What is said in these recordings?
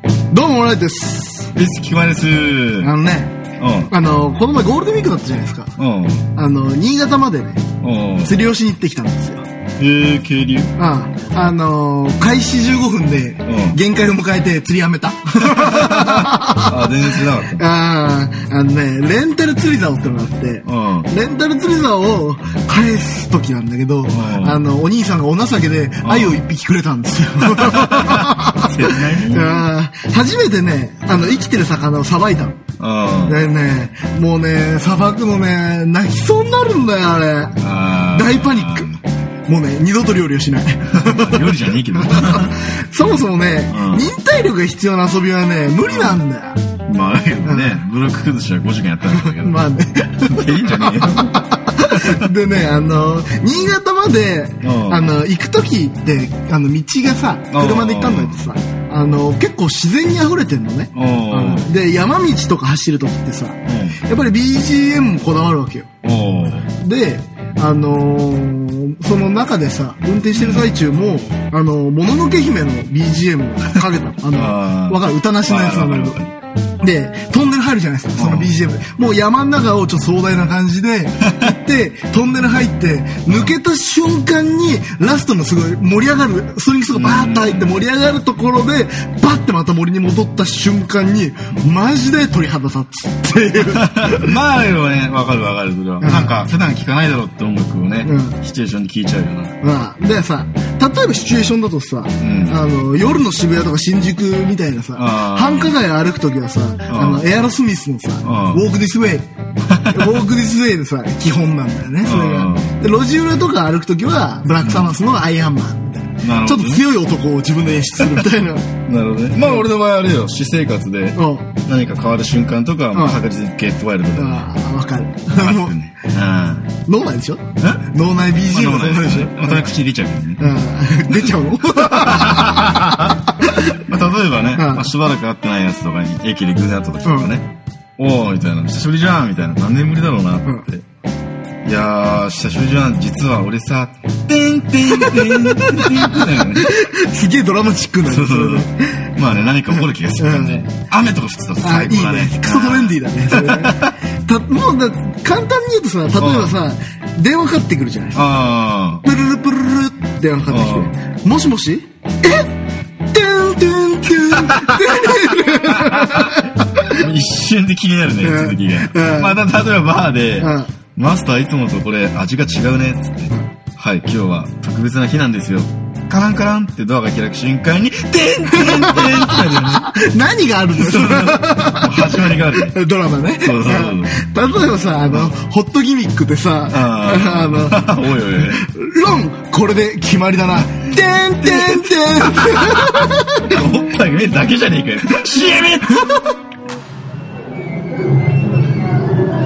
ライトです。です、聞まです。うん。うん。あのね、あの、この前ゴールデンウィークだったじゃないですか。うん。あの、新潟までね、うん。釣りをしに行ってきたんですよ。えー、渓流うん。あの、開始15分でう、ん限界を迎えて釣りやめた。 あ、全然知らなかっあーあのね、レンタル釣り竿ってのがあって、た。うん。レンタル釣り竿を返す時なんだけど、んあの、お兄さんがお情けで鮎を一匹くれたん ですよ。切ないね。 あー初めてね、あの、生きてる魚をさばいたの。うん。でね、もうね、砂漠のね、泣きそうになるんだよ、あれ。あー大パニック。もうね、二度と料理はしない。 料理じゃねえけど。そもそもね、うん忍耐力が必要な遊びはね、無理なんだよ。まあ、けどね、ブロック崩しは5時間やったんだけど。まあね。いいんじゃねえよ。 でね、あの、新潟まで、うんあの、行くときって、あの、道がさ、車で行ったんだけどさ、あの、結構自然に溢れてんのね。おーうんで、山道とか走るときってさ、やっぱり BGM もこだわるわけよ。おーで、あのーその中でさ、運転してる最中も、あのーもののけ姫の BGM をかけた の。あの、あーわかる歌なしのやつなんだわかけるわど。で、トンネル入るじゃないですか、そのうん BGM。もう山の中をちょっと壮大な感じで、行 って、トンネル入って、抜けた瞬間に、ラストのすごい盛り上がる、ストリングスがバーッと入って盛り上がるところで、バッてまた森に戻った瞬間に、マジで鳥肌立つっていう。まあ、でもね、わかるわかる、それは。なんか、普段聴かないだろうって音楽をねう、シチュエーションに聴いちゃうよな。まあ、でさ、例えばシチュエーションだとさ、んあの、夜の渋谷とか新宿みたいなさ、あー繁華街歩くときはさ、あの、エアロスミスのさ、あーウォークディスウ ェイ。ウォークディスウェイでさ、基本なんだよね、それあが。で路地裏とか歩くときは、ブラックサマスのアイアンマンみたいな。なるちょほっどとね。強い男を自分で演出するみたいな。なるほどね。まあ、俺の場合あれよ、私生活で、 うん。何か変わる瞬間とかはもう確実にゲットワイルドだよね。ああ、わかる。あもうる、ね。うん。脳内でしょえ脳内 BGM まのあ、で脳内もなでいしょまた口入れちゃうけどね。うん。出ちゃうの まあ、例えばね、うんまあ、しばらく会ってないやつとかに駅で偶然会った時とかね、おーみたいな、久しぶりじゃんみたいな、何年ぶりだろうなって。いやー、久しぶりじゃん、実は俺さ、てんてんてんてんてんだよね。すげえドラマチックにな そうる。そそれうで。そう。まあね、何か起こる気がするんで、雨とか降ってたらあ、い最い高だね。ね。クソトレンディーだね。それね たもうだ、簡単に言うとさ、例えばさ、電話かかってくるじゃないあプルルプルルって電話かかってきて、もしもしえてんてんて んあ、一瞬で気になるね、うん続きうが。んまあ、た例えばバーでうん、マスターいつもとこれ味が違うね、つって。はい、今日は特別な日なんですよ。カランカランってドアが開く瞬間に、てんてんてんってなるよね。何があるんですそうもう始まりがあるね。ドラマね。そうそう例えばさ、あの、ホットギミックでさ、ああの、 あ。おいおいおい。ロン、これで決まりだな。てんてんてん おっぱいが見えるだけじゃねえかよ。CM!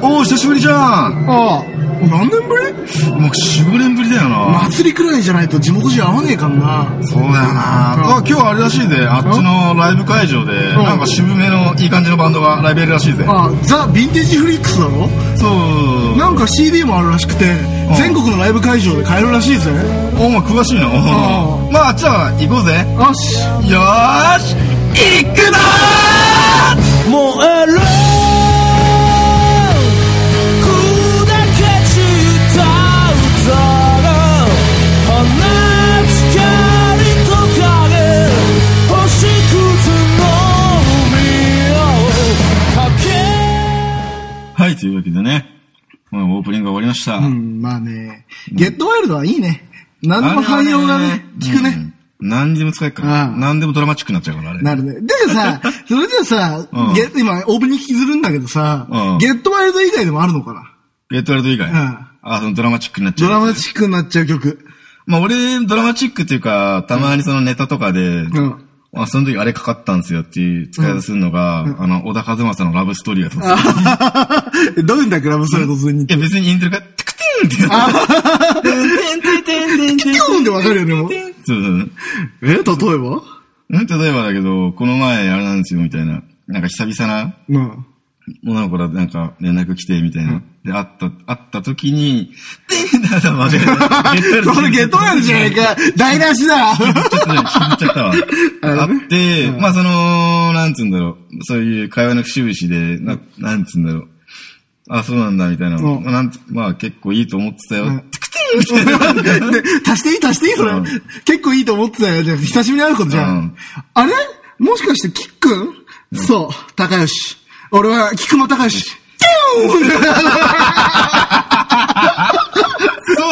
おー、久しぶりじゃんああ、何年ぶりもう4、5年ぶりだよな。祭りくらいじゃないと地元じゃ合わねえからな。そうだよな。あ、今日あれらしいで、あっちのライブ会場で、んなんか渋めのいい感じのバンドがライブやるらしいぜ。ああ、ザ・ヴィンテージフリックスだろそう。なんか CD もあるらしくて、全国のライブ会場で買えるらしいぜ。お前詳しいな。うまあ、あっちは行こうぜ。よし。よーし行くぞー燃えろ砕け散った歌が放つ光と影星屑の海を駆けはい、というわけでね、まあ、オープニングが終わりました。うん、まあね。ゲットワイルドはいいね。何でもあ汎れは用がね、効くね。。うん何でも使えるから。うん何でもドラマチックになっちゃうから、あれ。なるね。でさ、それじゃさうん、ゲ今、オープニング引きずるんだけどさうん、ゲットワイルド以外でもあるのかなゲットワイルド以外。んあ、そのドラマチックになっちゃドう。ラマチックになっちゃう曲。まあ、俺、ドラマチックっていうか、たまにそのネタとかで、うん。あその時あれかかったんですよっていう使い方するのが、あの、小田和正のラブストーリーがそうでする。どういうんだっけ、ラブストーリー突然に。いや、別にイントロが、テクテンってなって。ピューンってわかるよね、もう。そうそうそう。え、例えばうん、例えばだけど、この前あれなんですよ、みたいな。なんか久々な、うん。女の子らなんか連絡来て、みたいな。で、会った、会った時に、 で、なんだ、間違えた。これゲットなんじゃないか台無し だちょっとね、聞いちゃった わ。ああのねって、まあその、なんつうんだろう。そういう会話の節々で、な、なんつうんだろう。あ、そうなんだ、みたいな。うんまあなんつまあ結構いいと思ってたよ。んで足していい足していいそれ、うん結構いいと思ってたよ。で久しぶりに会うことじゃん。うんあれもしかして、キックン、そう、高吉。俺は、キックも高吉。キュそう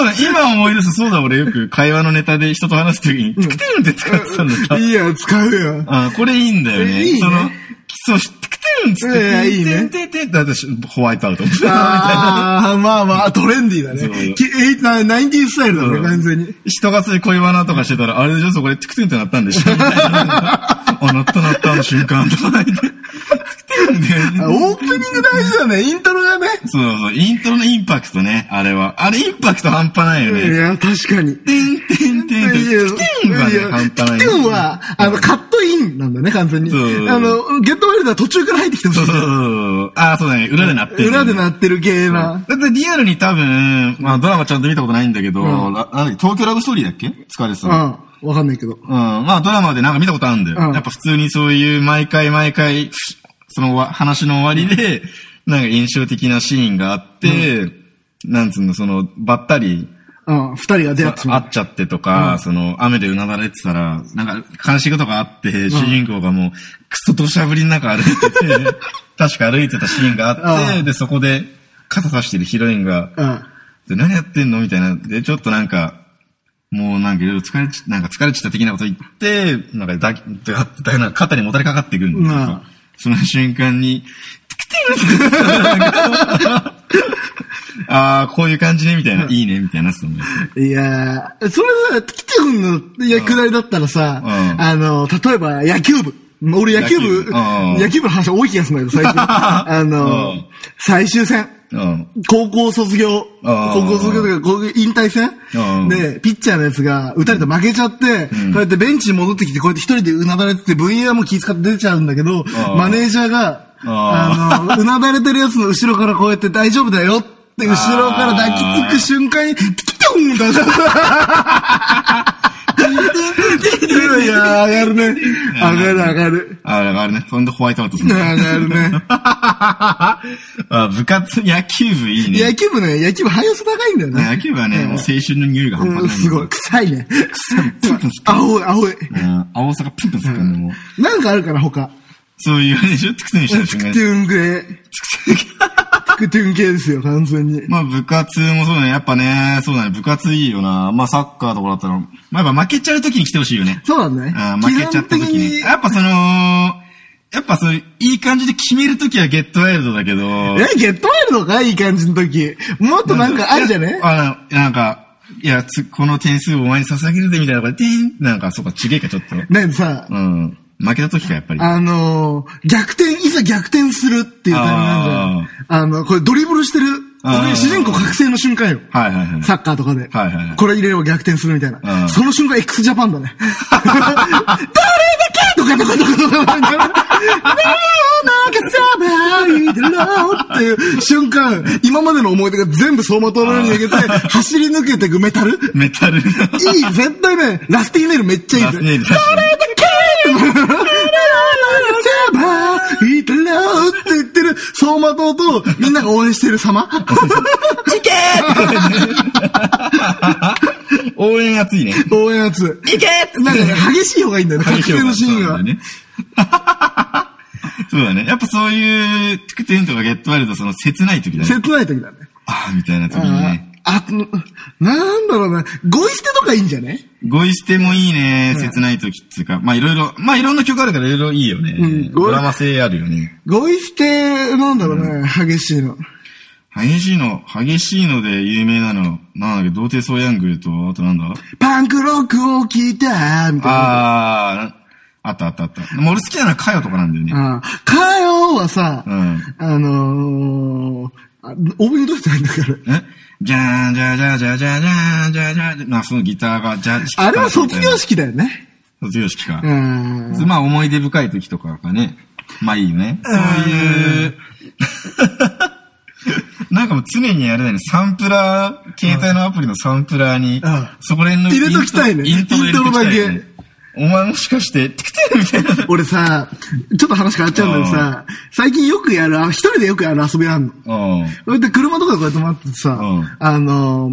だ、今思い出す、そうだ、俺よく会話のネタで人と話すときに、テクテンって使ってたんだったーンいいや、使うよ。あ、これいいんだよね。いいねその、そう、テクテンっつっいやて、いいねテンテンテンって私、ホワイトアウト。ああ、まあまあ、トレンディーだそうね。きえなナインティースタイルだうね、ん完全に。人がそういう恋バナとかしてたら、あれでしょそこでテクテンってなったん でしょみたいなあ、なったなったの瞬間とか言って。テクテンで。あオープニング大事だね、イントロがね。そうそう、イントロのインパクトね、あれは。あれインパクト半端ないよいね。や、確かに。てんてんてんてん。いやテクテンがね、半端ない。キュンは、あの、カットインなんだね、完全に。そうあの、ゲットワイルドは途中から入ってきてほしそういそう。そうそう。ああ、そうだね。裏でなってる、裏でなってる系な。だってリアルに多分、まあドラマちゃんと見たことないんだけど、うんラなんだっけ東京ラブストーリーだっけ疲れてたうん。の。わかんないけど。うん。まあドラマでなんか見たことあるんだよ。うんやっぱ普通にそういう毎回毎回、そのわ話の終わりで、なんか印象的なシーンがあって、なんつうの、その、ばったり、うん。二人が出会ってしま会っちゃってとか、その、雨でうなだれてたら、なんか、悲しいことがあって、主人公がもう、くそ土砂降りの中歩いて て、確か歩いてたシーンがあって、うんで、そこで、傘さしてるヒロインが、う。うん。で何やってんのみたいな。で、ちょっとなんか、もうなんかいろいろ疲れち、なんか疲れちった的なこと言って、なんかだ、だ、だ、なんか肩にもたれかかってくるんですようんその瞬間に、ああ、こういう感じね、みたいな。いいね、みたいな。そのいやー、それさ、来てくんの役割だったらさ、うんあの、例えば野球部。俺野球野部、球部うんうん野球部の話多い気がするんだけど、最 近。あの、うん最終戦。うん。高校卒業、あー高校卒業というか、高校引退戦んで、ピッチャーのやつが打たれて負けちゃって、こうやってベンチに戻ってきて、こうやって一人でうなだれてて、部員はもう気遣って出ちゃうんだけど、ーマネージャーが、ああの、うなだれてるやつの後ろからこうやって大丈夫だよって、後ろから抱きつく瞬間に、テキトンって出した。いやー、上がるね。上がる上がる。ああ、あれね。ほんとホワイトアウトする上。がるね。あ部活、野球部いいね。野球部ね、野球部汎用性高いんだよね。野球部はね、もう青春の匂いが半端ないうんんですすよ。ごい。臭いね。プンプンす青い、青い。うん。青さがプンプンするからね、もう。なんかあるから、他。そういうね、ちょっと苦戦したりチすクるトね。ゥン系。チクトゥン系ですよ、完全に。まあ部活もそうだね。やっぱね、そうだね。部活いいよな。まあサッカーとかだったら、まあやっぱ負けちゃう時に来てほしいよね。そうなんだねあ。負けちゃった基本時的に。やっぱその、やっぱそういう、いい感じで決める時はゲットワイルドだけど。え、ゲットワイルドかいい感じの時。もっとなんかあるじゃねあの、なんか、いや、つこの点数をお前に捧げるぜみたいなのが、てんなんか、そうか、ちげえか、ちょっと。なんかさ、うん。負けた時か、やっぱり。あのー、逆転、いざ逆転するっていうタイミングなんじゃん。あの、これドリブルしてる。あーこれ主人公覚醒の瞬間よ。はいはいはい。サッカーとかで。はいはいはいこれ入れれば逆転するみたいな。うんその瞬間 x ジャパンだね。 どれだけとかとかとかとかなんか。 なんかさばいてろっていう瞬間、今までの思い出が全部走馬灯のように 抜けて、走り抜けていくメタ ルいメタル。い、絶対ね、ラスティネルめっちゃいいラぜス。ネイル確かにサバイトラーって言ってる走馬灯とみんなが応援してる 様いけ応援熱いね。ー応援やつ。いけーなんかね、激しい方がいいんだよね、確定のシーンが。 そうだね。やっぱそういう、テクテンとかゲットワイルド、その切ない時だね。切ない時だね。ああ、みたいな時にあね。あ、なんだろうな、ゴイ捨てとかいいんじゃねゴイ捨てもいいね、切ない時っていうか。まあいろいろ、まあいろんな曲あるからいろいろいいよね。んドラマ性あるよね。ゴイ捨て、なんだろうね、激しいの。激しいの、激しいので有名なの、なんだっけ、童貞ソーヤングと、あとなんだパンクロックを聞いたみたいな。ああ、あったあったあった。もう俺好きなのはカヨとかなんだよね。ああ。かよはさ、うんあのー、あオープニングどうやってやるんだから。えじゃーん、じゃーじゃーじゃーじゃーじゃーじゃーじゃーじゃーまあそのギターが、じゃーあれは卒業式だよね。卒業式か。うん。まあ思い出深い時とかがね、まあいいよね。そういう、 なんかもう常にあれだよね、サンプラー、携帯のアプリのサンプラーにうん、そこら辺の入れときたいねイントロイントロ入れときたいねイントお前もしかして、テクテクみたいな。俺さ、ちょっと話変わっちゃうんだけどさ、最近よくやる、あ一人でよくやる遊びあんの。うん。それで車とかでこうやって待っててさ、うんあの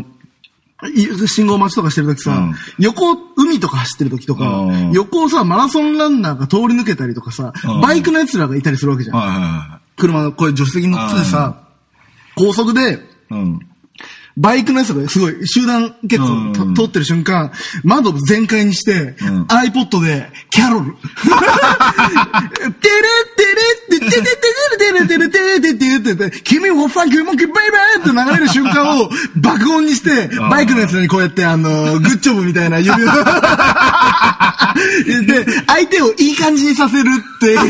ーい信号待ちとかしてるときさ、うん横、海とか走ってるときとか、うん横をさ、マラソンランナーが通り抜けたりとかさ、うんバイクの奴らがいたりするわけじゃん。はいは車の、こういう助手席に乗っててさ、高速で、いはい。うん。 バイクの奴らがすごい集団結構と、うん通ってる瞬間、窓を全開にして、うん iPod で、キャロル。てれってれって、てててててれてれてれてれてれてて、君をファンキーモンキーバイバーって流れる瞬間を爆音にして、んバイクの奴らにこうやって、あの、グッジョブみ たいな指を。で、相手をいい感じにさせるっていう。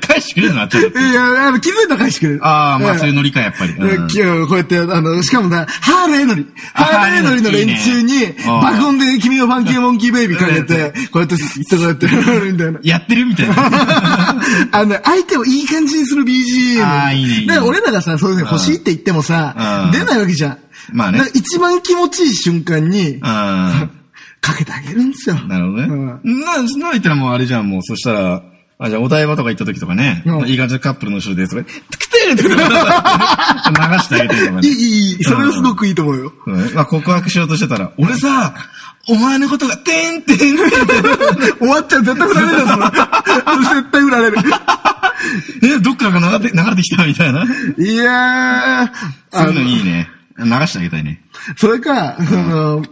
返してくれるな、ちょっと。いや、あの、気づいたら返してくれる。ああ、まあそういうのノリか、やっぱり。いやうん今日こうやって、あの、しかもな、ハーレー乗り、ハーレー乗りの連中いいにね、うん爆音で君のファンキーモンキーベイビーかけて、こうやって、スッとこうやって、みた いな。やってるみた いな。あの、相手をいい感じにする BGM。あーいいねいいねだから俺らがさ、そういうの欲しいって言ってもさう、ん出ないわけじゃん。まあねだから一番気持ちいい瞬間に、あかけてあげるんですよ。あ、なるほどね。うんな、そんなの言ったらもうあれじゃん、もう。そしたら、あ、じゃあお台場とか行った時とかね、うんいい感じのカップルの後ろで、とか、 つくてるって流してあげてるとかいねい、。いい、いい。それはすごくいいと思 うよ。そうねまあ告白しようとしてたら、俺さ、お前のことが、てんてんてんてん終わっちゃう。絶対振られ るよ、それ。絶対振られる。え、どっからか流れて、流れてきたみたいな。そいやー、あういうのいいね。流してあげたいね。それか、その、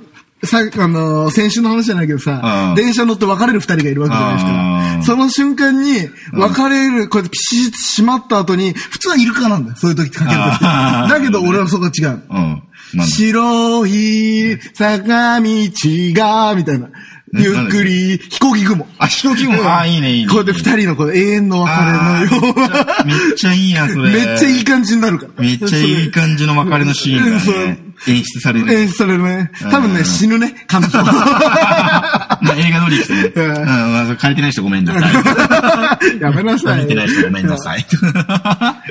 さ、あの、先週の話じゃないけどさう、ん電車乗って別れる二人がいるわけじゃないあでーすか。その瞬間に、別れる、こうやってピシッと閉まった後に、普通はいるかなんだよ。そういう時ってかける時って。あーだけど俺はそこは違う。うん。なんだ白い坂道が、みたいな。えゆっくり、飛行機雲。あ、飛行機も、ああ、いいね、いいね。こうやって二人のこう永遠のあ別れのような。ーめっちゃいいやん、それ。 めっちゃいい感じになるから。めっちゃいい感じの別れのシーンがそうね、演出される。演出されるね。多分うね、ん死ぬね、彼 女。まあ映画通りですね。 ううんん、まあ、借りてない人ごめんなさい。やめなさい。見てない人ごめんなさい。 まあ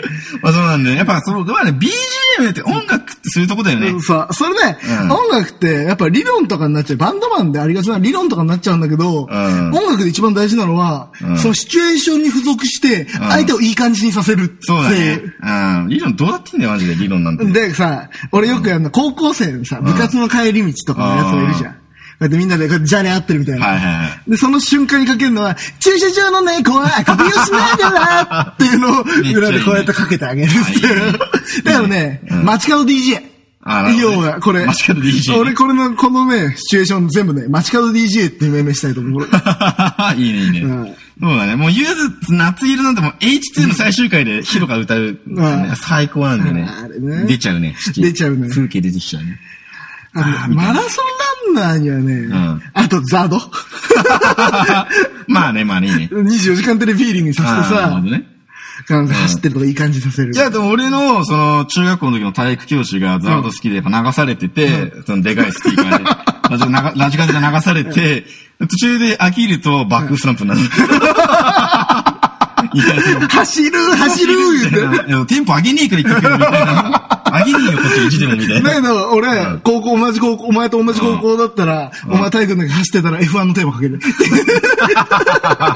そうなんで、やっぱその、まあね、BGM って音楽ってそういうとこだよね。うんさ、それね、うん音楽って、やっぱ理論とかになっちゃう。バンドマンでありがちな理論とかになっちゃうんだけど、ん音楽で一番大事なのは、んそのシチュエーションに付属して、相手をいい感じにさせるってそうだいねう。。うん。理論どうだっていいんだよ、マジで理論なんて。でさ、俺よくやるの、高校生のさ、部活の帰り道とかのやつがいるじゃん。こうやってみんなでこうやってじゃれ合ってるみたいな。はいはいはで、その瞬間にかけるのは、駐車場の猫は首をしないでなっていうのをいいね裏でこうやってかけてあげるっていうあいいね だからね、街角 DJ。あなるほどね要は、これ。街角 DJ 俺、これの、このね、シチュエーション全部ね、街角 DJ って命名したいと 思う。い。いいね、いいね。うんそうだね。もう、ゆず、夏色なんてもう H2 の最終回でヒロが歌う、ん最高なんでねあれね出ちゃうね。出ちゃうね風景出てきちゃうね。あのマラソンランナーにはね、んあとザード まあね、まあね、いいね。 24時間テレビフィーリングにさせてあーさなるほ、どね。あの走ってるとかいい感じさせる。いや、でも俺の、その、中学校の時の体育教師がザード好きで、やっぱ流されてて、そのでかいスピーカ ーで、ラジオなラジカセで流されて、途中で飽きるとバックスラン プになる。いやその走る走る言うて。いやテンポ上げねえから言ってくるみたいな。上げねえよ、こっちにいじってるみたいだな。けど、俺ん、高校、同じ高校、お前と同じ高校だったら、お前体育の中走ってたら F1 のテーマか ける。やばいやばいやばいやばいやばいやばいやばいや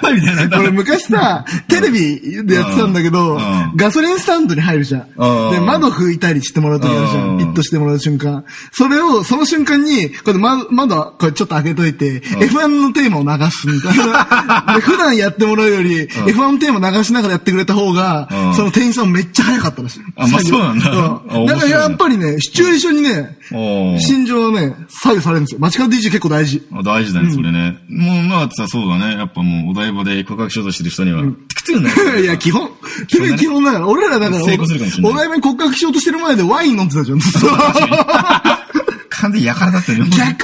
ばいみたいな。俺昔さ、テレビでやってたんだけどうんうん、ガソリンスタンドに入るじゃん。うんで、窓拭いたりしてもらうときあるじゃ。うんんピッとしてもらう瞬間。それを、その瞬間に、これ窓、窓、これちょっと開けといて、F1 のテーマを流すみたい な。で普段やってもらうより、F1 のテーマ流しながらやってくれた方がう、んその店員さんめっちゃ早かったらしい。あまあそうなんだあう面白いねだからやっぱりね、シチュエーションにね、おー心情をね、左右されるんですよ。街角 DJ 結構大事。あ大事だね、それね。もう、まあさ、そうだね。やっぱもう、お台場で告白しようとしてる人には、くっ つくんだよ。いや、基本、基本、基本だから、俺らだから、成功するかもしれないお台場に告白しようとしてる前でワイン飲んでたじゃん。 完全にやからだったよ。逆にね、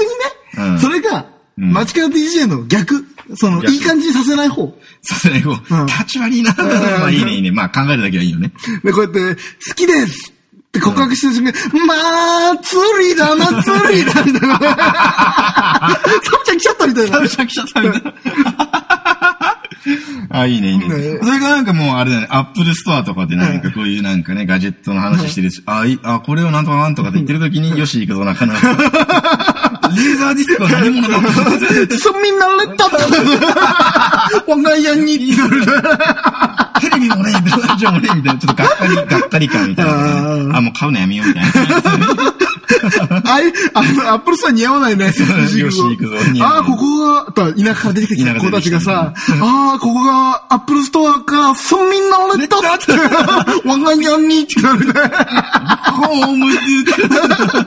うんそれが、街角 DJ の逆、その、逆いい感じにさせない方。させない方。ん立ち悪いな。まあいいねいいね。まあ考えるだけはいいよ ね。で、こうやって、好きですって告白してる瞬間、祭りだ、祭りだ、みたい な。サブちゃん来ちゃったみたいな。むしゃくしゃ食べた。あ、いいね、いいね。ねそれがなんかもう、あれだね、アップルストアとかでなんかこういうなんかね、ガジェットの話してるし、あ、いい、あ、これをなんとかなんとかって言ってる時に、よし、行くぞ、仲直り。レーザーディスクは何者だ 庶民なれたっ て。我が家に。テレビもね、ラジオもね、みたいな、ちょっとがっかり、がっかり感みたいなね、あーあ、もう買うのやめよう、みたいな。 あい、あの、アップルさん似合わないね。よし行くぞ似合わなあいあ、ここが、と田舎から出てきた子たちがさ、ああ、ここがアップルストアか、庶民なれたって。 我が家にってなるね。ホームズ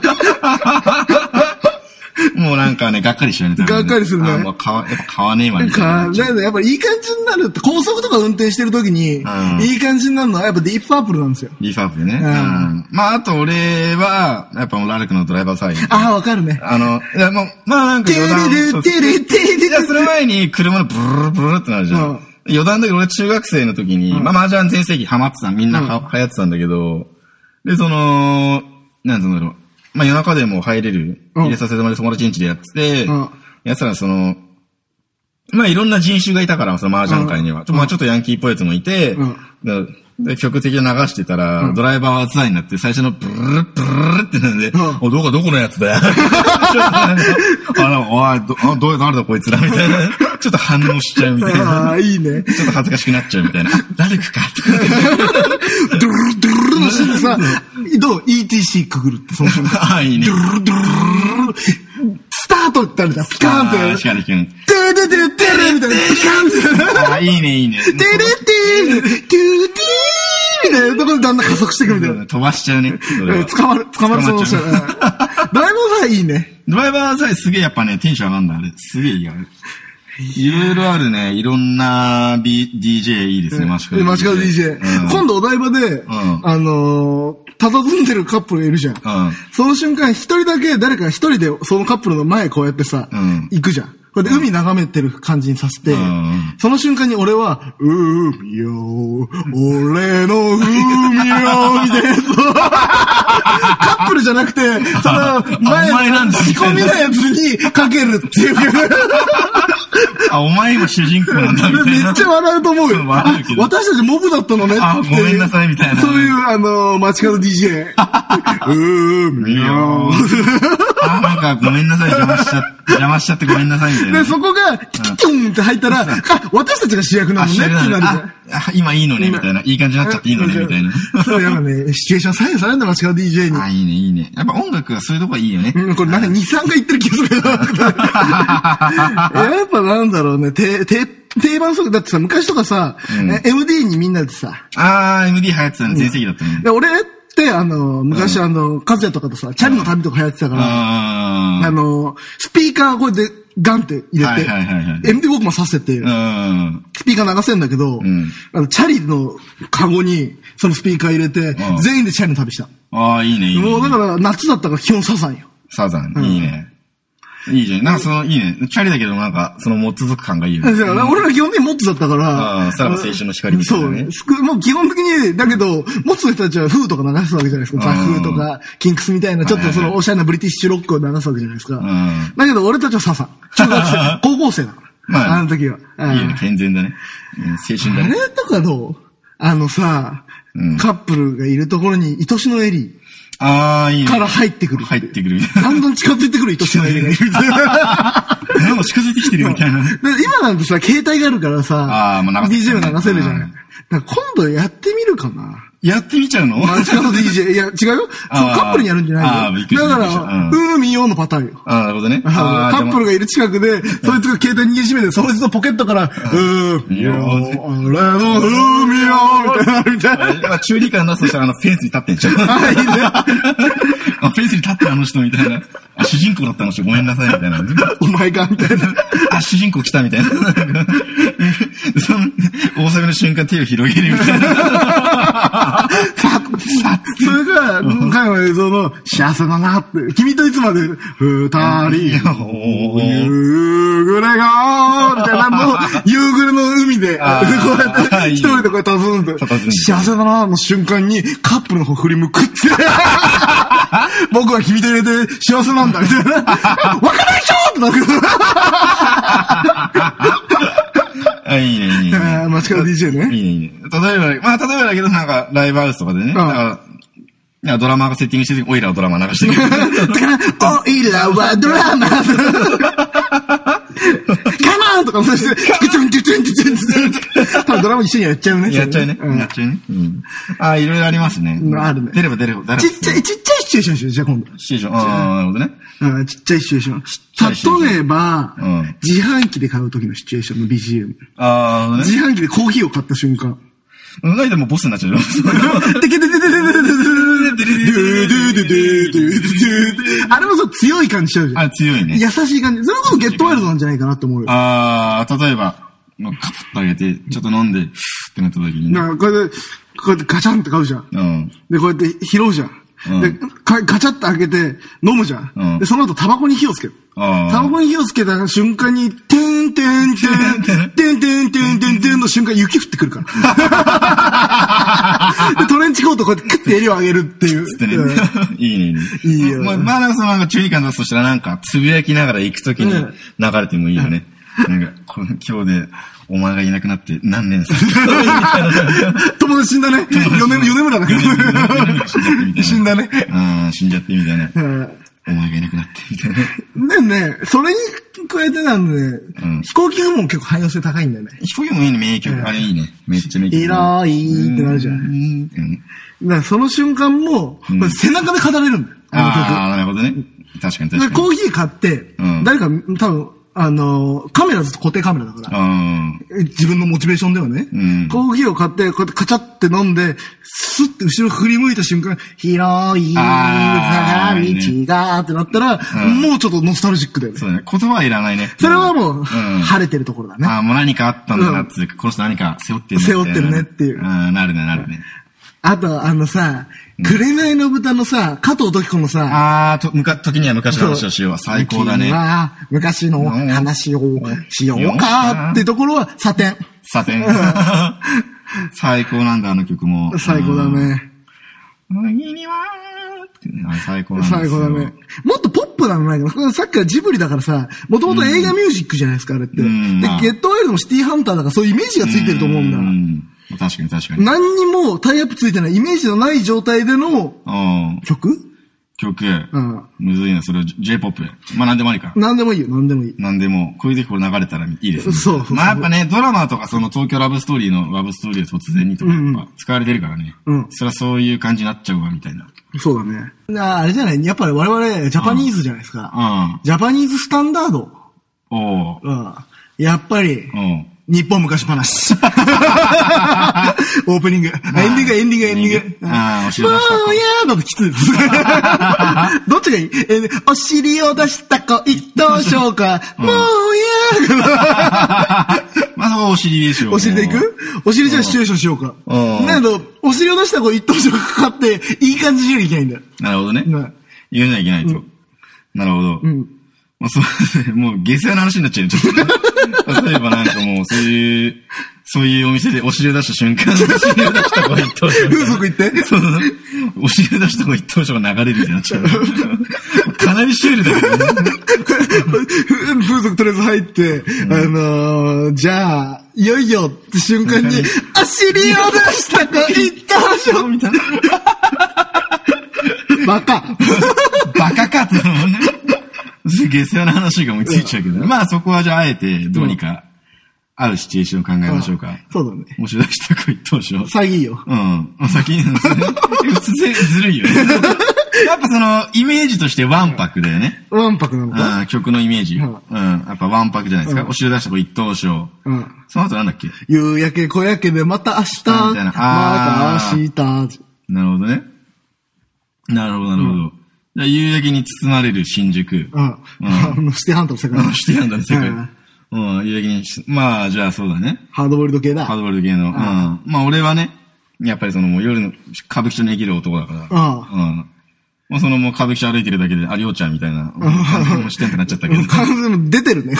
もうなんかね、がっかりしちゃうね。多分ねがっかりするねあもう買わ、やっぱ買わねえわ、みたいかな。、なんかやっぱりいい感じになるって、高速とか運転してる時に、んいい感じになるのはやっぱディープパープルなんですよ。リファーブね。うんん。まあ、あと俺は、やっぱもうラルクのドライバーサイン。ああ、わかるね。あの、いや、もう、まあなんかて余れ談。そるうてれてれいや、その前に車のブルルブルルってなるじゃうんん。余談だけど俺中学生の時に、まあ麻雀全盛期ハマってた、みんなは、流行ってたんだけど、で、その、なんつうんだろう。まあ夜中でも入れる、うん入れさせてもらって友達ん家でやっててうん、やつらその、まあいろんな人種がいたから、その麻雀界には。ちょまあちょっとヤンキーっぽいやつもいて、うんでで曲的を流してたら、ドライバーはツアーになって、最初のブルルブルルってなんんで、お、どこどこのやつだよ。ちょっとなんかあの、おい、ど、あどう、誰だこいつらみたいな。ちょっと反応しちゃうみたいあな。あ、いい ね。ちょっと恥ずかしくなっちゃうみたいな。あ誰かかとか。ドゥルルドゥルルのしてさ、どう ?ETC くぐるって、その瞬間。ああ、いいね。ドゥルルドゥルルスタートってあるじゃん。ピカーンっあて。ー光君。てれてれてれみたいな。ピカーンって。ああ、いいね、いいね。てれてれ、トゥーティーみたいなところでだんだん加速してくるみたいな。飛ばしちゃうね。それえはー捕まる、捕まるその人。捕うんまっちゃうドライバーさんいいね。ドライバーさえすげえやっぱね、テンション上がるんだ、あれ。すげえいいよ、あれ。いろいろあるね、いろんな、B、DJ いいですね、マシカルで、マシカル DJ うん。今度お台場で、んあのー、佇んでるカップルいるじゃん。うんその瞬間、一人だけ、誰か一人で、そのカップルの前こうやってさ、うん行くじゃん。これで海眺めてる感じにさせて、んその瞬間に俺は、海よ、俺の海よ、みたいなや つをカップルじゃなくて、その前、お前なんだ仕込みのやつにかけるっていう。あ、お前今主人公なんだ、みためいな。っちゃ笑うと思うよ。笑うけど私たちモブだったのねっていう。あごめんなさいみたいなそういう、あのー、街角 DJ。う ーん、いいよ。あ、なんかごめんなさい、邪魔しちゃ、邪魔しちゃってごめんなさい、みたいなで、。そこが、キュッキュンって入ったら、あ、私たちが主役なあ、の知ねっらてないなるじゃんあ、あ今いいのね、みたいな。いい感じになっちゃっていいのね、みたいな。そう、やっぱね、シチュエーション左右されるんだ、街角 DJ に。あ、いいね、いいね。やっぱ音楽はそういうとこはいいよね。うん、これなんか2、3が言ってる気がするけど。やっぱなんだろうね、て、て、定番ソング、だってさ、昔とかさ、え MD にみんなでさ、あー、MD 流行ってたの、全盛期だったね。で俺って、あの、昔あの、カズヤとかとさ、チャリの旅とか流行ってたから、ああー。の、スピーカーこうやってガンって入れてはいはいはいはい、 MD 僕もさせて、うん。スピーカー流せんだけど、んあの、チャリのカゴに、そのスピーカー入れて、うん全員でチャリの旅した。あー、いいね、いいね。もうだから、夏だったから基本サザンよ。サザン、いいね。いいじゃん。なんかその、いいね。チャリだけどなんか、その、もつ続く感がいいよだね。から俺ら基本的にモッツだったから。うんさらば青春の光みたいなねそう。すくもう基本的に、だけど、モッツの人たちはフーとか流すわけじゃないですか。ザ・フーとか、キンクスみたいな、ちょっとそのおしゃれなブリティッシュロックを流すわけじゃないですか。んだけど俺たちはサザン。中学 生、高校生だから。まああの時は。うんいいよね、健全だね。うん青春だあね。れとかどうあのさ、カップルがいるところに、愛しのエリあー、いいーね。から入ってくる。入ってくるみたいな。だんだん近づいてくる愛しのエリーがいる。 なんか近づいてきてるみたいな。で今なんてさ、携帯があるからさあー、もう流せ BGM る流せるじゃ。うんんだから今度やってみるかな。 やってみち ゃうのマジカの DJ。いや、違うよ。そあのーカップルにやるんじゃあーないびっよ。くりしただかびっくりら、し海よのパターンよ。あー、なるほどね。カップルが。がいる近くで、そいつが携帯握りしめて、そいつのポケットから、うーん、よ、俺の海よ、みたいな、みたいな。でも まあ中二感出すとしたら、あの、フェンスに立ってんじ ゃん。あいいねあフェンスに立ってるあの人みたいな。あ、主人公だったの人ごめんなさいみたいな。お前か、みたいな。あ、主人公来たみたいな。 その、大阪の瞬間手を広げるみたい な。 それが、加山映像の、幸せだなって、君といつまで、二人、おー夕暮れが、みたいなのを、夕暮れの海で、こうあーやって、一人でこうやって佇んで、佇んで幸せだな、の瞬間に、カップルの方振り向くって。僕は君と入れて幸せなんだ、みたい な。わかないでしょってなる。ああ、いいね、いいねいいね。あー 街角 DJ ねいいね、いいね。例えば、まあ、例えばだけど、なんか、ライブハウスとかでね、だから、なんかドラマーがセッティングしてる時、オイラはドラマ流 してる。だから、おいらはドラマカモンとかもして、チュンチュンチュンチュンチュンチュン チュン。多分ドラマ一緒にやっちゃうね。やっちゃうね。んやっちゃうね。うん。ああ、いろいろありますね。うんあるね出れば出れば、出ちれば。っちゃい、ちっちゃいシチュエーションしよう、じゃあ今度。シチュエーション。ああ、なるほどね。うん、ちっちゃいシチュエーシちゃいシチョン。ュエーション例えばうん、自販機で買う時のシチュエーションの BGM。ああ、なるほどね。自販機でコーヒーを買った瞬間。うんないでもボスになっちゃうよ。 テケテテテテテテテテテテテテテテテテテテあれもさ、強い感じしちゃうじゃん。あ強いね優しい感じ。それこそゲットワイルドなんじゃないかなと思うよ。ああ、例えば、もうカプッと上げて、ちょっと飲んで、ふーってなった時にね。なんかこれで、こうやってガチャンって買うじゃん。うん。で、こうやって拾うじゃん。うんでか、ガチャって開けて、飲むじゃん。うんで、その後、タバコに火をつける。あータバコに火をつけた瞬間に、てんてんてん、てんてんてんてんてんの瞬間、雪降ってくるから。で、トレンチコートこうやってクッて襟を上げるっていう。ってねうん。 いいね、いいね。いいよまあ、まあ、なんかそのなんか注意感出すとしたらなんか、つぶやきながら行くときにうん流れてもいいよね。なんか、この今日で、お前がいなくなって何年さ。みたい な友達死んだね。米村米村だね。死んだね。うん、死んじゃってみたいな。うんお前がいなくなって、みたいな。でね、それに加えてなんで、ん飛行機雲も結構汎用性高いんだよね。飛行機もいいね、名曲。あれいいね。めっちゃ名曲。いらいってなるじゃんううん。だからその瞬間も、これ背中で語れるんだよ。あああ、なるほどね。確かにの曲。で確かに。コーヒー買って、うん誰か、多分、あのー、カメラずっと固定カメラだから、うん。自分のモチベーションではね、んコーヒーを買って、こうやってカチャって飲んで、スッて後ろ振り向いた瞬間、広いあー鏡がってなったら、んもうちょっとノスタルジックだよね。そうだね。言葉はいらないね。それはもう、ん晴れてるところだね。ああ、もう何かあったんだなっていうか、この人何か背負ってるね背負ってるねっていううん、なるね、なるね。あと、あのさ、紅の豚のさ、加藤時子のさ、ああ、と、むか、時には昔の話をしよう。最高だね君。は昔の話をしようかってところは、サテン。サテン。最高なんだ、あの曲も。最高だね。うん。麦にはあれ最高なんですよ最高だね。。もっとポップなのないかなさっきからジブリだからさ、もともと映画ミュージックじゃないですか、あれって。で、うんまあゲットワイルドもシティーハンターだからそういうイメージがついてると思うんだう。ん。確かに確かに。何にもタイアップついてない、イメージのない状態でのうん。曲曲。んむずいな、それは J- J-POP。まあなんでもありか。何でもいいよ、何でもいい。なんでも、こういう時これ流れたらいいですね。そうそうまあやっぱね、ドラマとかその東京ラブストーリーのラブストーリーで突然にとかやっぱ使われてるからね。うんそりゃそういう感じになっちゃうわ、みたいな。そうだね。ああれじゃないやっぱり我々、ジャパニーズじゃないですか。うジャパニーズスタンダード。ん。おう。うん。やっぱり、うん。日本昔話。オープニング。エンディング、エンディング、エンディング。あーお尻も出した子うやーだときつい です。どっちがいいえーお尻を出した子一等賞か。もうやーまあそこはお尻でしょ。お尻でいくお尻じゃあシチュエーションしようか。うんなんだけど、お尻を出した子一等賞かかって、いい感じにしなきゃいけないんだよ。なるほどねね。言うにはいけないと。なるほど。んまあそうですね。もう下世話な話になっちゃうよちょっとね。例えばなんかもうそういう、そういうお店でお尻を出した瞬間、お尻を出した子が一等賞。風俗行って。そうそうそう。お尻を出した子が一等賞が流れるみたいになっちゃう。かなりシュールだけどね。 風俗とりあえず入って、あのー、じゃあ、いよいよって瞬間に、お尻を出した子一等賞みたいな。バカバカかってのもね。下世話な話が思いついちゃうけど、まあそこはじゃああえてどうにか合うシチュエーションを考えましょうか。そうだね。もし出した子一等賞。詐欺よ。うん。先に、ずずるいよ ね。やっぱその、イメージとしてワンパクだよね。ワンパクなのかうん、曲のイメージ。うんん。やっぱワンパクじゃないですか。お城出した子一等賞。うん。その後なんだっけ夕焼け小焼けでまた明日。みたいなあまた明ー日。なるほどね。なるほど、なるほど。じゃあ夕焼けに包まれる新宿。うん。あの、シティハンターの世 界う。んしてやんだね、世界うん。うん、夕焼けにし、まあ、じゃあそうだね。ハードボイルド系だハ。ードボールド系の。うん。まあ俺はね、やっぱりそのもう夜の歌舞伎町に生きる男だから。ああうん。まあそのもう歌舞伎町歩いてるだけで、ありょうちゃんみたいな、感じもしてんってなっちゃった けど。完全に出てる ね。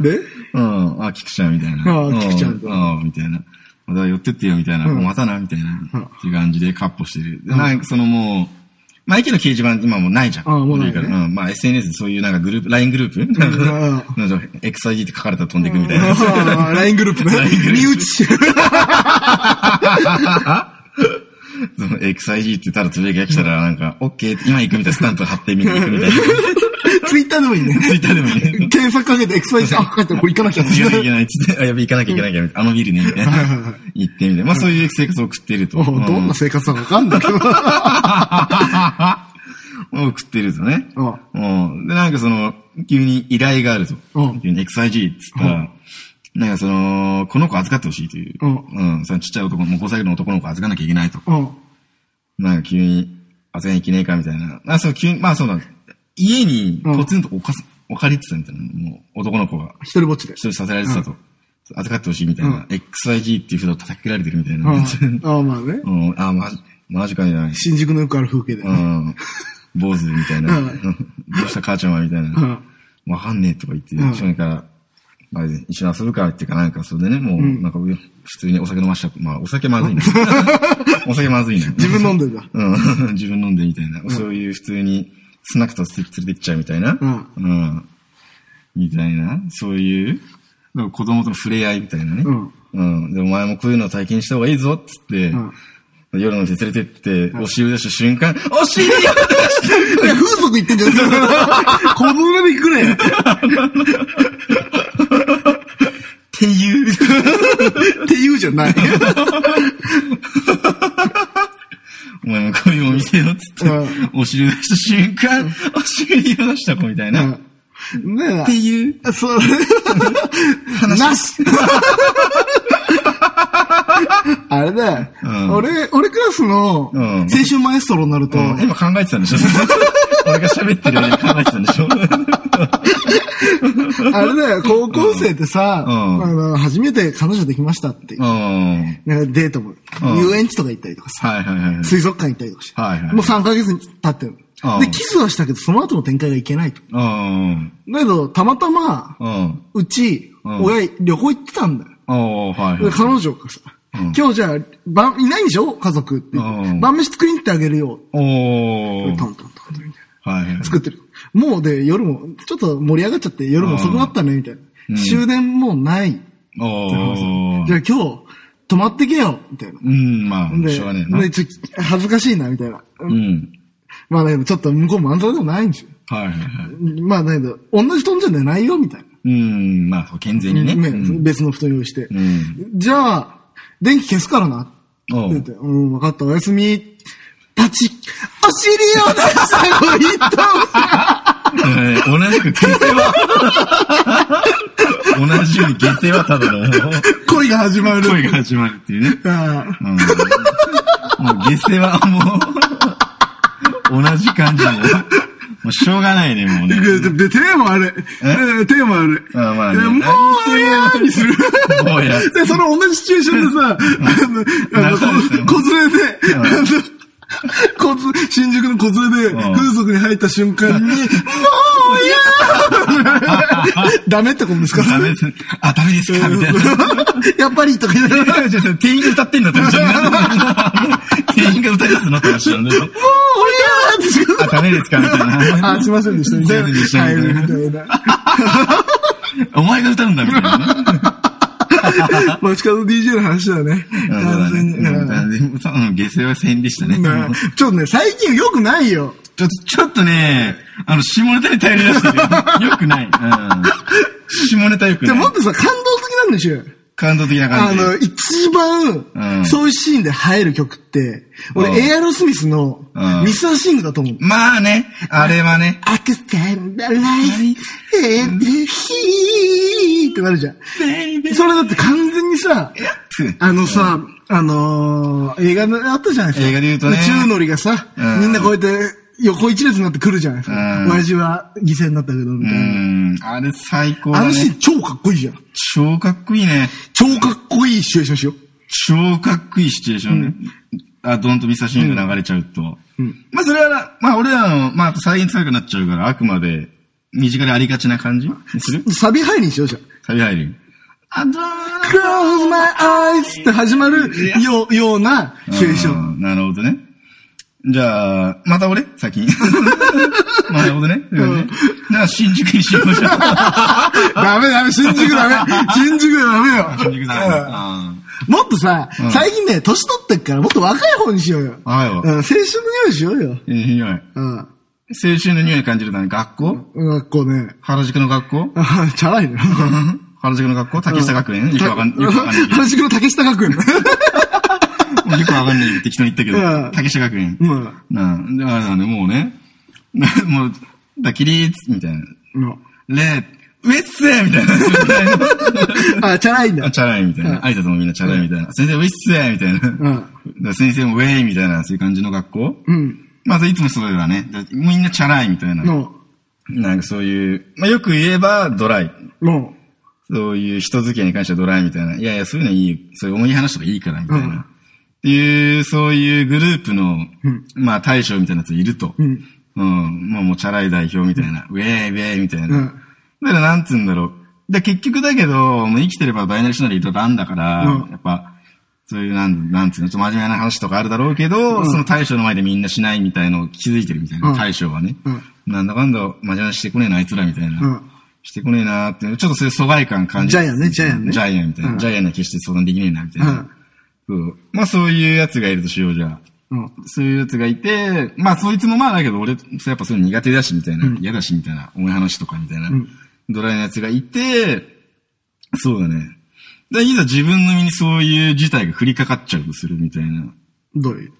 でうん。あ、菊ちゃんみたいな。ああ菊ちゃんとうん、うんみたいな。また寄ってってよみたいな。もうまたな、みたいな。っていう感じでカッポしてる。でなんかそのもう、まあ、駅の掲示板今もうないじゃん。あもうないね古からうん。まあ、SNS でそういうなんかグループ、LINE グルー プなんか、なんか XIG って書かれたら飛んでいくみたいなやつ。ああ LINE グループね LINE グ。ループ身内。その XIG って言ったらつぶやきが来たら、なんか、OK って今行くみたいな、スタンプ貼ってみる 行くみたいな。ツイッターでもいいね。 ツイッター でもいいね。検索かけて XYZ、あ、かかってる、これ行かなきゃ。行かなきゃいけないっつって、あ、やべ、行かなきゃいけなきゃ、あのビルに、みたいなはいはいはい。行ってみて。まあそういう生活を送っていると。お うどんな生活なのかわかんないけど。を送ってるとね。うんうん。で、なんかその、急に依頼があると。うん急に XIG っつったら、なんかその、この子預かってほしいという。うんうん。そのちっちゃい男の、もう5歳の男の子預かなきゃいけないと。うん。なんか急に、預かなきゃいけねえかみたいな。あ、そう、急に、まあそうなんです。家に、うんポツンとおかす、お借りてたみたいな、もう男の子が。一人ぼっちで一。人させられてたと。預かってほしいみたいな。XIG っていうふうと叩き切られてるみたいな。うん。ああ、まあね う。ん、あ、まじ、マジかじゃない。新宿のよくある風景でうね。ん。坊主みたいな。うどうした母ちゃんはみたいな。わかんねえとか言って、ん一緒にから、まあ、一緒に遊ぶかっていうかなんか、それでね、もう、なんか、普通にお酒飲ましちゃって、まあ、お酒まずいね。 お酒まずいね。自分飲んでんだ。うん、自分飲んでみたいな。そういう普通に、スナックと連れてっちゃうみたいな。うんうん。みたいな。そういう、なんか子供との触れ合いみたいなね。うん。うん。で、お前もこういうの体験した方がいいぞ、っつって、ん夜の店連れてって、お尻出した瞬間、 お尻を出していや、風俗行ってん じゃねえか。小僧で行くね。っていう、って言うじゃない。お前もこういうお店を、つって、うお尻を出した瞬間、お尻を出した子みたいな。っうんねていう、え。それ、な しあれだよ、うん俺、俺クラスの青うん春マエストロになると、うん今考えてたんでしょ 俺が喋ってるように考えてたんでしょ あれだよ、高校生ってさ、うんあの初めて彼女できましたってう、ん。なんかデートも、うん遊園地とか行ったりとかさ、はいはいはいはい。水族館行ったりとかして、はいはいもう3ヶ月経ってる。うんで、キスはしたけど、その後の展開がいけないと。うん。だけど、たまたま、うん。うち、うん親、旅行行ってたんだよ。おー、はいではい。彼女がさ、今日じゃあ、晩、いないんでしょ家族って言ってうん晩飯作りに行ってあげるよ。おトンー。トントントンみたいな。はいはい。作ってる。もうで、夜も、ちょっと盛り上がっちゃって、夜も遅くなったね、みたいな。終電もうない。おじー。ゃあ今日、泊まってけよ、みたいなう。ん、まあ、で、しょうがねえなで。ちょ恥ずかしいな、みたいな。うん。まあだけど、ちょっと向こうもあんたでもないんですよ。はいはいはい。まあだけど、同じ布団じゃ寝ないよ、みたいな。うん、まあ、健全にね。ねうん別の布団用意して。んじゃあ、電気消すからな。おうって言ってうん、分かった、おやすみ。パチッお尻を出した子いたえー同じく下世話。 同じように下世話ただの恋が始まる。声が始まるっていうね。ああうん。もう下世話もう、同じ感じの。もうしょうがないね、もうね。で、ででテーマあれ。えテーマあれ。あまあねえもうやーにする。もうやで、その同じシチュエーションでさ、あの、あの、流されてるこ子連れで、あの、こつ新宿の子連れで、うん風俗に入った瞬間に、もうやー ダメってことですかダメです。あ、ダメですかみたいな。 やっぱりとか言って。じゃあ店員が歌ってんだって話 店員が歌い出すのって話なんだよね。おあ、ダメですかみたいな。あ、すいませんでした。みたいな。すいませんでしたはい、みたいなみたいな。お前が歌うんだみたいなね。街角 DJ の話だね。うん完全に。そううんだねうんうん下世話戦でしたね。なちょっとね、最近良くないよ。ちょっと、ちょっとね、あの、下ネタに頼り出してるよ。よくない。うん。下ネタよくじゃなあいもっ。とさ、感動的なんでしょ。感動的なあ感じ。の、一う番、んそういうシーンで映える曲って、うん俺、エアロスミスのうん、ミスターシングだと思う。まあね、あれはね。 I could stand the light and the heat ってなるじゃん。それだって完全にさ、あのさ、あのー、映画のあったじゃないですか。映画で言うとね宙乗りがさ、うんみんなこうやって横一列になってくるじゃないですか。うん親父は犠牲になったけど、みたういな。ん。あれ最高あだのシーね。ン超かっこいいじゃん。超かっこいいね。超かっこいいシチュエーションしよう。超かっこいいシチュエーションね。あ、ドンとミサシング流れちゃうと。まあそれはな、まあ俺らの、まあ再現高くなっちゃうから、あくまで、身近でありがちな感じにするサビハイにしようじゃん。サビ入る。あ、どう Close my eyes って始まるよようなシチュエーション。なるほどね。じゃあ、また俺 先に。また俺ね。だよねじゃあ、新宿にしようじゃあダメダメ、新宿ダメ。新宿ダメよ。 新宿だね。あうんもっとさ、ん最近ね、年取ってっからもっと若い方にしようよ。うん、はいわ青春の匂いしようよ。ーえー匂い。青うん。春の匂い感じるために学校学校ね。原宿の学校あははチャラいね。原宿の学校竹下学園よくわかんよくわかん ないけ原宿の竹下学園。ど。よくわかんないけど適当に言ったけうどん、竹下学園。うんなあ、であれだね、もうね。 なもう、だ、起立みたいな。のレウェッセーみたい な。あ、チャラいんだ。チャラいみたいな。挨拶もみんなチャラいみたいな。先生、ウェッセーみたいな。だから先生もウェイみたいな、そういう感じの学校。うん。まずいつもそうだね。だみんなチャラいみたいな。の、なんかそういう、まあ、よく言えばドライ。の、そういう人付き合いに関してはドライみたいな。いやいや、そういうのいいよ。そういう重い話とかいいから、みたいな。うんっていう、そういうグループの、まあ、大将みたいなやついると。うん。うん。まあ、もう、チャラい代表みたいな。ウェーイウェーイみたいな。うんだから、なんつうんだろう。で、結局だけど、もう生きてれば大なり小なりいろいろあんだから、うんやっぱ、そういう、なん、なんつうの、ちょっと真面目な話とかあるだろうけど、その大将の前でみんなしないみたいのを気づいてるみたいな、うん大将はね。うんなんだかんだ真面目なしてこねえな、あいつらみたいな。うんしてこねえなーって、ちょっとそういう疎外感感じジャイアンねジャイアンねジャイアンみたいな。うんジャイアンには決して相談できねえな、みたいな。そう。まあそういうやつがいるとしようじゃあ。の、そういうやつがいて、まあそいつもまあだけど俺、やっぱそういうの苦手だし、みたいな。嫌だし、みたいな。重い話とか、みたいな。ドライなやつがいて、そうだね。で、いざ自分の身にそういう事態が降りかかっちゃうとするみたいな。どういう。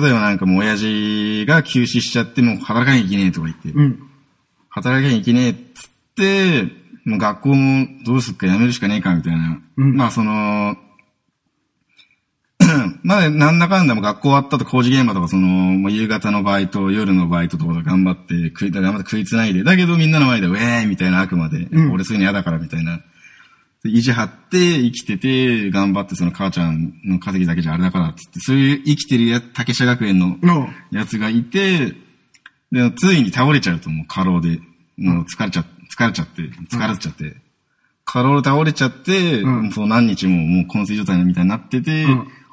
例えばなんかもう親父が休止しちゃってもう働かなきゃいけねえとか言って。うん。働けにいけねえっつって、もう学校もどうすっかやめるしかねえかみたいな。うんまあその、 まあなんだかんだもう学校終わったと工事現場とかその、もう夕方のバイト、夜のバイトとかで頑張って食い、頑張って食いつないで。だけどみんなの前でウェーイみたいなあくまで。うん俺そういうの嫌だからみたいな。で意地張って生きてて、頑張ってその母ちゃんの稼ぎだけじゃあれだからっつって、そういう生きてるや、竹下学園のの、やつがいて、で、ついに倒れちゃうともう過労で、もう疲れちゃ、疲れちゃって、疲れちゃって、過労で倒れちゃって、んもうそう何日ももう昏睡状態みたいになってて、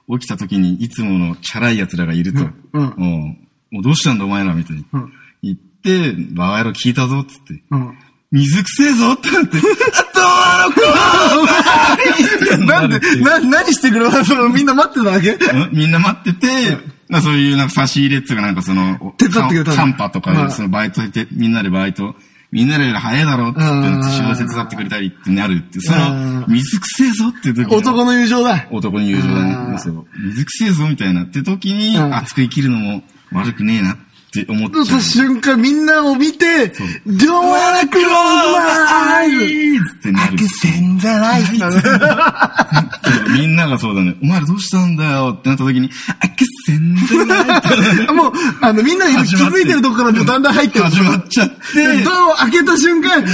起きた時にいつものチャラい奴らがいると、うんうんもうどうしたんだお前らみたいに、うん言って、バカ野郎聞いたぞっつって、うん。水くせえぞってなって、 なんで、な、何してくれたその、 みんな待ってただけんみんな待ってて、まあそういうなんか差し入れっていうかなんかその、手伝ってくれたのキャンパとはか、いそのバイトで、みんなでバイト、みんなで早いだろっつって、うん仕事手伝ってくれたりってなるって、そうの、ん水くせえぞって時の男の友情だ。男に友情だうんね。そう。水くせえぞみたいなって時に、うん熱く生きるのも悪くねえなって思っ打ちゃうつ。瞬間、みんなを見て、どうやらクローマあイいってなる。戦じゃない。そうみんながそうだね。お前らどうしたんだよってなった時に、あくせんじゃないってなる。もう、あの、みんなが気づいてるとこからもうだんだん入ってる。始まっちゃっ て、ドアを開けた瞬間、どう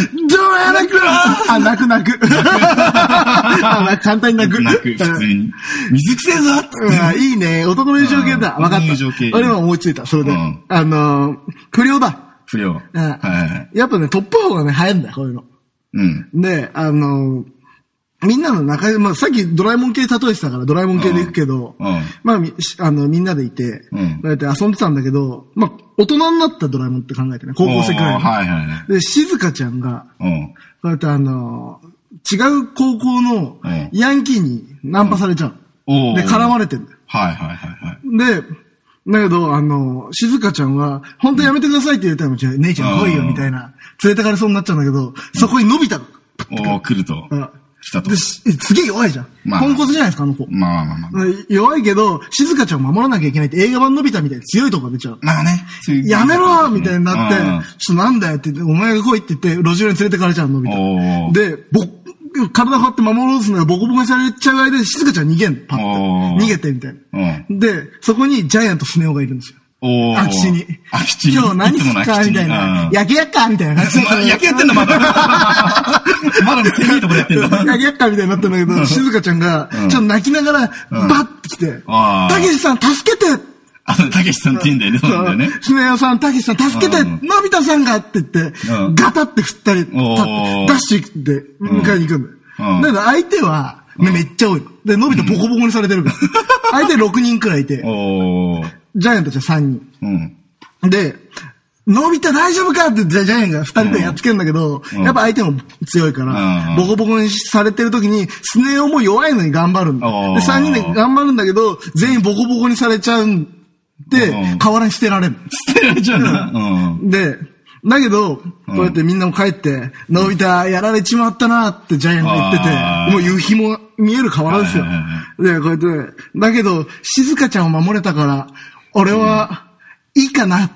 やらクローあ、泣く 泣く。あ、な簡単に泣く。泣く、普通に。水くせえぞっつうんあいいね。男の友情系だ。うんわかっ男の友情系た。俺も思いついた。それでうん。あのー、不良だ。不良。はいうんはいはい。やっぱね、トップ方がね、早いんだよ、こういうの。うん。で、あのー、みんなの仲良い、まあ、さっきドラえもん系例えてたから、ドラえもん系で行くけど、うんうんまあ、みしあの、みんなでいて、うんこうやって遊んでたんだけど、まあ、大人になったドラえもんって考えてね、高校生くらいのおーはいはいはで、静香ちゃんが、うん。こうやってあのー、違う高校のうんヤンキーにナンパされちゃう。おーで、絡まれてんだよ。はいはいはいはい。で、だけど、あの、静香ちゃんは、本当やめてくださいって言うたら、じゃあ姉ちゃん来いよ、みたいな。連れてかれそうになっちゃうんだけど、そこに伸びたの。おー来るとうん。来たとで、。しすげえ弱いじゃん。まあポンコツじゃないですか、あの子。まあまあまあまあ。弱いけど、静香ちゃんを守らなきゃいけないって映画版伸びたみたいに強いとこが出ちゃう。まあね。そういうやめろみたいになって、うんちょっとなんだよって言って、お前が来いって言って、路上に連れてかれちゃうの、みたいおな。ーで、ぼ、体張って守ろうとするのがボコボコにされちゃう間に静香ちゃん逃げんの、パッおーて。逃げて、みたいな。うで、そこにジャイアンとスネ夫がいるんですよ。おー空き地に。空き地に。今日何いつもすのっ空かき地みにたいな。うん野球やっかみたいな感じで。 まだ 野球やってんのまだ。まだセミとこでやってんの野 球やっかみたいになったんだけど、静香ちゃんが、ちょっと泣きながら、バッて来て、あたーけしさん助けてあの、たけしさんって言うんだよね。そうなんだよね。スネ夫さん、たけしさん助けてうんのび太さんがって言ってうん、ガタって振ったり、立っておーダッシュで迎えに行くんだうよ。んだけど相手は、ねめっちゃ多い。で、のび太ボコボコにされてるから。相手6人くらいいて。おー。ジャイアンたちは3人。うん。 で、のび太大丈夫かってジャジャイアンが二人でやっつけるんだけど、うんやっぱ相手も強いから、うんボコボコにされてる時に、スネ夫も弱いのに頑張るんだ。おーで、三人で頑張るんだけど、全員ボコボコにされちゃうんでうん、河原に捨てられる。捨てられちゃうな。うん。で、だけど、こうやってみんなも帰って、のび太やられちまったなってジャイアンが言ってあて、ーもう夕日も見える河原ですよはいはい。で、こうやって、だけど、静香ちゃんを守れたから、俺は、いいかなっ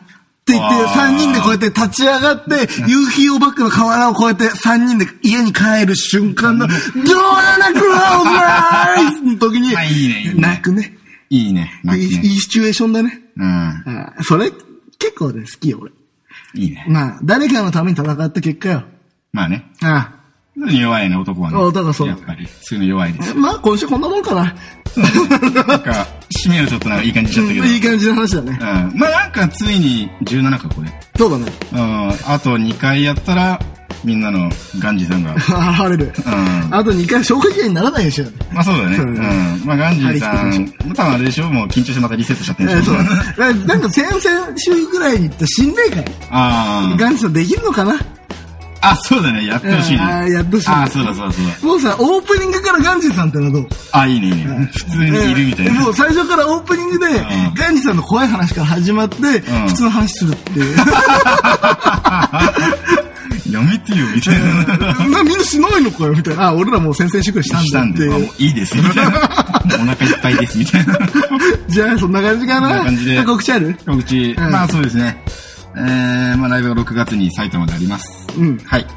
て言って、あー3人でこうやって立ち上がって、夕日をバックの河原をこうやって3人で家に帰る瞬間の、ドアナクローズライスの時あいいねいいに、ね泣くね。いいね。いい泣きいね。いシチュエーションだね。うん。あーそれ、結構ね、好きよ、俺。いいね。まあ、誰かのために戦った結果よ。まあね。あ弱いね、男はね。あだからそうやっぱり、そういうの弱いですあ。。まあ、今週こんなもんかな。なんか、締めをちょっとなんかいい感じしちゃったけど。 いい感じの話だね。うん。まあなんか、ついに17か、これ。そうだね。うん。あと2回やったら、みんなのガンジさん が。現れる。んあと2回消化試合にならないでしょ。まあそうだよね。そうだねうん。まあガンジーさ張り切ん、多分あれでしょもう緊張してまたリセットしちゃってえるでーしそょうだね。だからな んか先々週ぐらいに行った死んでから。あーガンさんできるのかなあ、そうだね。やってほしいね。うんあーやってほしいねあーそうだそうだそうだ。もうさ、オープニングからガンジーさんってのはどうあ、いいねいいね。普通にいるみたいえーなもう。最初からオープニングで、ガンジーさんの怖い話から始まって、普通の話するって いう。やめてよ、みたいな。なみんなしないのかよみたいな。あ、俺らもう先々週くらいし したたんんだで、あっもうて。いいです、み たいな。もうお腹いっぱいです、みたいな。じゃあ、そんな感じかな。そんな感じで告知ある告知、んまあそうですね。えー、まあライブが6月に埼玉であります。うんはい。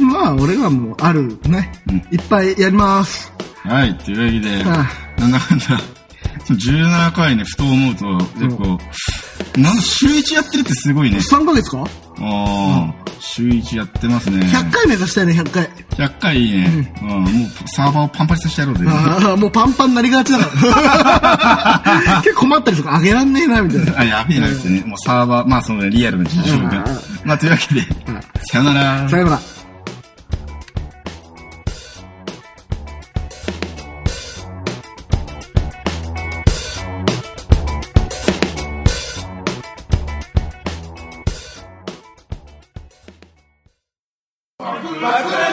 まあ、俺はもうあるね。うんいっぱいやります。はい、というわけで、あなんだかんだ、その17回ね、ふと思うと、結構、なんだ週1やってるってすごいね。 3ヶ月かああ、週1やってますね。 ?100 回目指したいね、100回。 100回いいね。うん、もうサーバーをパンパンにさせてやろうぜ。ああ、もうパンパンになりがちだ から。結構困ったりとか、あげらんねえな、みたいな。あ、やべえなですね。もうサーバー、まあそのリアルな事情が。まあというわけで、さよなら。さよなら。 「